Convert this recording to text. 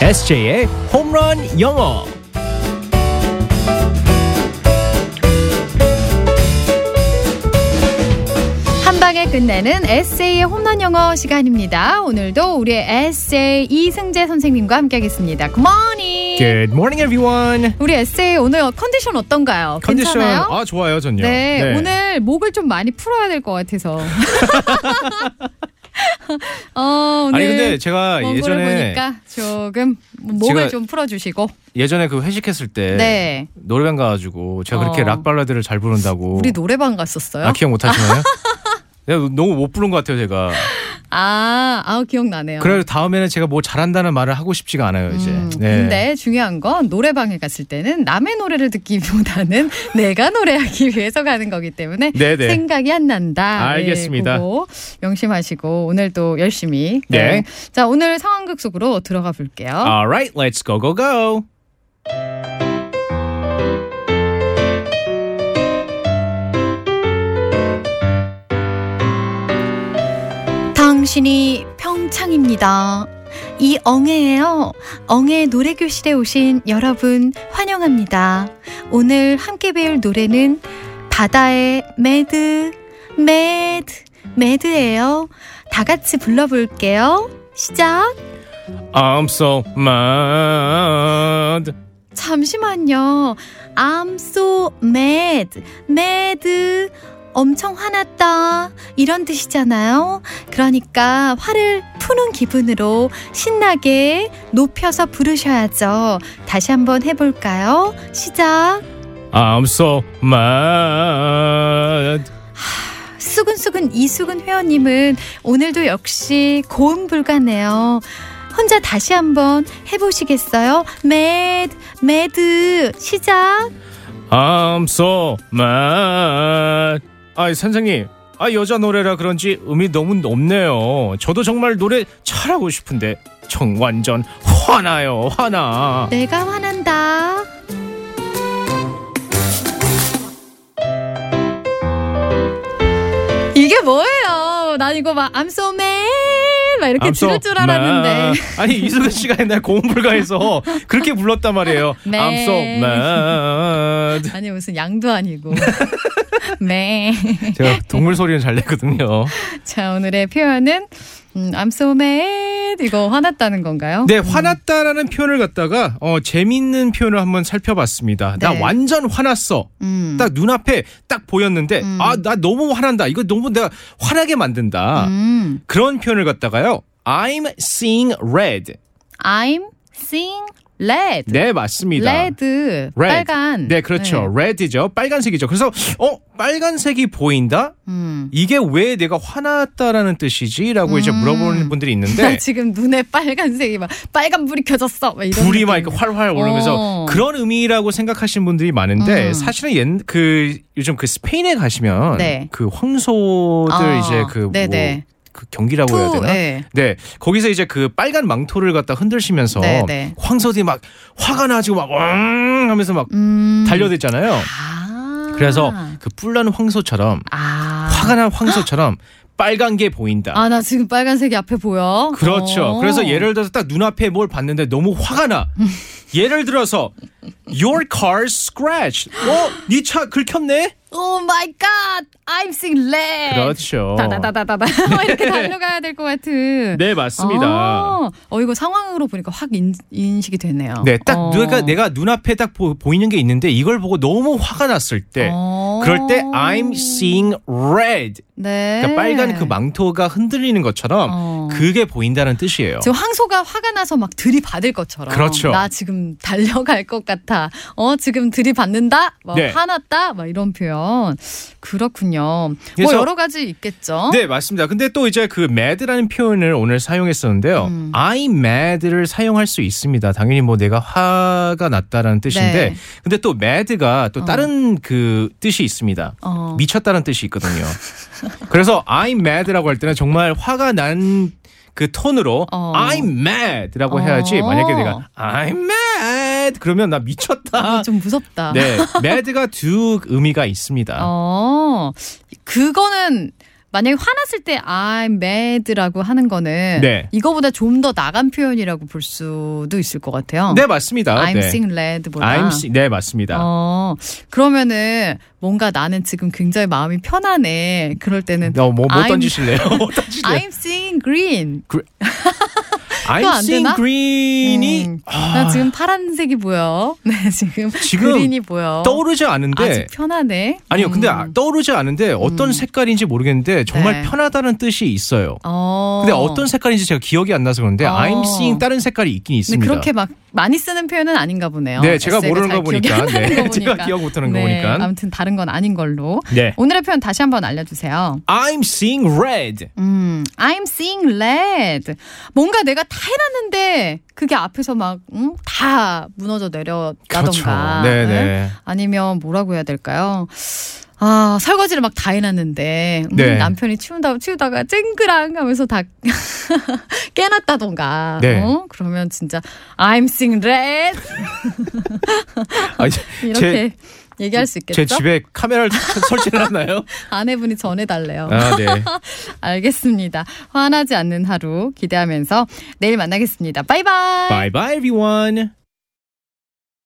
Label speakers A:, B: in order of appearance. A: SJ의 홈런 영어.
B: 한 방에 끝내는 에세이의 홈런 영어 시간입니다. 오늘도 우리의 에세이 이승재 선생님과 함께하겠습니다. Good morning.
A: Good morning, everyone.
B: 우리 에세이 오늘 컨디션 어떤가요?
A: 컨디션
B: 괜찮아요?
A: 아 좋아요 전요.
B: 네, 오늘 목을 좀 많이 풀어야 될 것 같아서. 어, 오늘
C: 아니 근데 제가
B: 원고를
C: 예전에
B: 보니까 조금 목을
C: 제가-
B: 좀 풀어주시고.
C: 예전에 그 회식했을 때
B: 네.
C: 노래방 가가지고 제가 그렇게
B: 어.
C: 락 발라드를 잘 부른다고
B: 우리 노래방 갔었어요.
C: 아 기억 못하시나요? 내가 너무 못 부른 것 같아요 제가.
B: 아, 아 기억나네요.
C: 그래서 다음에는 제가 뭐 잘한다는 말을 하고 싶지가 않아요 이제. 네.
B: 음, 근데 중요한 건 노래방에 갔을 때는 남의 노래를 듣기보다는 내가 노래하기 위해서 가는 거기 때문에
C: 네네.
B: 생각이 안 난다.
C: 알겠습니다.
B: 네, 그거 명심하시고 오늘 또 열심히.
C: 네.
B: 자 오늘 상황극 속으로 들어가 볼게요.
C: Alright, let's go go go.
B: 당신이 평창입니다. 이 엉해예요. 엉해 노래교실에 오신 여러분 환영합니다. 오늘 함께 배울 노래는 바다의 매드, 매드, 매드예요. 다 같이 불러볼게요. 시작.
C: I'm so mad.
B: 잠시만요. I'm so mad. mad. 엄청 화났다. 이런 뜻이잖아요. 그러니까 화를 푸는 기분으로 신나게 높여서 부르셔야죠. 다시 한번 해볼까요? 시작.
C: I'm so mad.
B: 수근수근 이수근 회원님은 오늘도 역시 고음 불가네요. 혼자 다시 한번 해보시겠어요? mad, mad. 시작.
C: I'm so mad. 아 선생님, 아 여자 노래라 그런지 음이 너무 높네요. 저도 정말 노래 잘하고 싶은데 정 완전 화나요, 화나.
B: 내가 화난다. 이게 뭐예요? 난 이거 막 I'm so mad 막 이렇게
C: I'm so
B: 들을 줄 알았는데.
C: mad. 아니 이수근 씨가 옛날 고음불가에서 그렇게 불렀단 말이에요.
B: 네.
C: I'm so mad.
B: 아니 무슨 양도 아니고. 매.
C: 제가 동물 소리는 잘 내거든요.
B: 자 오늘의 표현은 음, I'm so mad 이거 화났다는 건가요?
C: 네, 화났다라는 표현을 갖다가 어, 재밌는 표현을 한번 살펴봤습니다. 나
B: 네.
C: 완전 화났어.
B: 음.
C: 딱 눈앞에 딱 보였는데
B: 음.
C: 아 나 너무 화난다 이거 너무 내가 화나게 만든다
B: 음.
C: 그런 표현을 갖다가요 I'm seeing red
B: I'm seeing red.
C: 네 맞습니다
B: red. 빨간.
C: 네 그렇죠 red죠 빨간색이죠 그래서 어 빨간색이 보인다
B: 네. 음.
C: 이게 왜 내가 화났다라는 뜻이지라고 이제
B: 음.
C: 물어보는 분들이
B: 나
C: 있는데
B: 지금 눈에 빨간색이 막 빨간 불이 켜졌어. 막 이런
C: 불이 막
B: 느낌.
C: 이렇게 활활 오르면서
B: 어.
C: 그런 의미라고 생각하시는 분들이 많은데
B: 음.
C: 사실은 옛, 그 요즘 그 스페인에 가시면
B: 네.
C: 그 황소들
B: 아,
C: 이제 그뭐
B: 네네.
C: 그 경기라고 해야
B: 투,
C: 되나?
B: 예.
C: 네, 거기서 이제 그 빨간 망토를 갖다 흔들시면서
B: 네, 네.
C: 황소들이 막 화가 나지고 막 왕! 하면서 막
B: 음.
C: 달려들잖아요.
B: 아.
C: 그래서 그 뿔난 황소처럼
B: 아.
C: 화가 난 황소처럼 빨간 게 보인다.
B: 아, 나 지금 빨간색이 앞에 보여.
C: 그렇죠.
B: 어.
C: 그래서 예를 들어서 딱 눈앞에 뭘 봤는데 너무 화가 나. 예를 들어서 Your car scratched. 어, 네 차 긁혔네.
B: 오 마이 갓. Oh I'm seeing red. 네.
C: 그렇죠.
B: 다다다다다다. 이렇게 달려가야 될 것 같은.
C: 네, 맞습니다.
B: 어, 어, 이거 상황으로 보니까 확 인, 인식이 되네요.
C: 네, 딱
B: 어.
C: 내가 내가 눈앞에 딱 보, 보이는 게 있는데 이걸 보고 너무 화가 났을 때
B: 어.
C: 네. 그럴 때 I'm seeing red.
B: 네.
C: 그러니까 빨간 그 망토가 흔들리는 것처럼
B: 어.
C: 그게 보인다는 뜻이에요.
B: 지금 황소가 화가 나서 막 들이받을 것처럼.
C: 그렇죠.
B: 나 지금 달려갈 것 같아. 어, 지금 들이받는다? 막
C: 네.
B: 화났다? 막 이런 표현. 그렇군요. 뭐
C: 그래서-
B: 여러 가지 있겠죠?
C: 네, 맞습니다. 근데 또 이제 그 mad라는 표현을 오늘 사용했었는데요.
B: 음.
C: I'm mad를 사용할 수 있습니다. 당연히 뭐 내가 화가 났다라는 뜻인데
B: 네.
C: 근데 또 mad가 또
B: 어.
C: 다른그 뜻이 있습니다.
B: 어.
C: 미쳤다는 뜻이 있거든요. 그래서 I'm mad라고 할 때는 정말 화가 난 그 톤으로
B: 어.
C: I'm mad라고
B: 어.
C: 해야지 만약에 내가 I'm mad 그러면 나 미쳤다.
B: 어, 좀 무섭다.
C: 네, mad가 두 의미가 있습니다.
B: 어, 그거는 어. 만약에 화났을 때 I'm mad라고 하는 거는
C: 네.
B: 이거보다 좀 더 나간 표현이라고 볼 수도 있을 것 같아요.
C: 네 맞습니다.
B: I'm
C: 네.
B: seeing red보다.
C: I'm sing- 네 맞습니다.
B: 어, 그러면은 뭔가 나는 지금 굉장히 마음이 편하네. 그럴 때는
C: 어, 뭐, 뭐
B: I'm-
C: 던지실래요? 뭐 던지실래요?
B: I'm seeing green.
C: I'm,
B: 그거 안
C: seeing
B: 되나?
C: green이
B: 음. 나
C: 아,
B: 지금 파란색이 보여. 네, 지금,
C: 지금
B: 그린이 보여.
C: 떠오르지
B: 어. 아직
C: 않은데
B: 편하네.
C: 아니요 근데
B: 음.
C: 아, 떠오르지 않은데 어떤 색깔인지 모르겠는데 정말
B: 네.
C: 편하다는 뜻이 있어요.
B: 어.
C: 근데 어. 떤 색깔인지 제가 기억이 안 나서 그런데
B: 어.
C: I'm seeing 다른 색깔이 있긴
B: 근데
C: 있습니다.
B: 그렇게 막 많이 쓰는 표현은 아닌가 보네요.
C: 네 제가
B: 에세이가
C: 모르는
B: 잘
C: 거
B: 기억이
C: 보니까
B: 안 나는
C: 네
B: 거
C: 제가
B: 보니까.
C: 기억 못하는 거
B: 네,
C: 보니까
B: 아무튼 다른 건 아닌 걸로.
C: 네
B: 오늘의 표현 다시 한번 알려주세요.
C: I'm seeing red
B: 음, I'm seeing red. 뭔가 내가 다 해놨는데 그게 앞에서 막 다 무너져 내려다던가.
C: 그렇죠. 네네
B: 응? 아니면 뭐라고 해야 될까요? 아 설거지를 막 다 해놨는데 음,
C: 네.
B: 남편이 치운다고 치우다가 쨍그랑 하면서 다 깨놨다던가.
C: 네.
B: 어? 그러면 진짜 I'm seeing red
C: 아,
B: 이렇게 얘기할 수 있겠죠?
C: 제 집에 카메라를 설치해놨나요?
B: 아내분이 전해달래요.
C: 아, 네.
B: 알겠습니다. 화나지 않는 하루 기대하면서 내일 만나겠습니다. 바이바이.
C: bye bye everyone.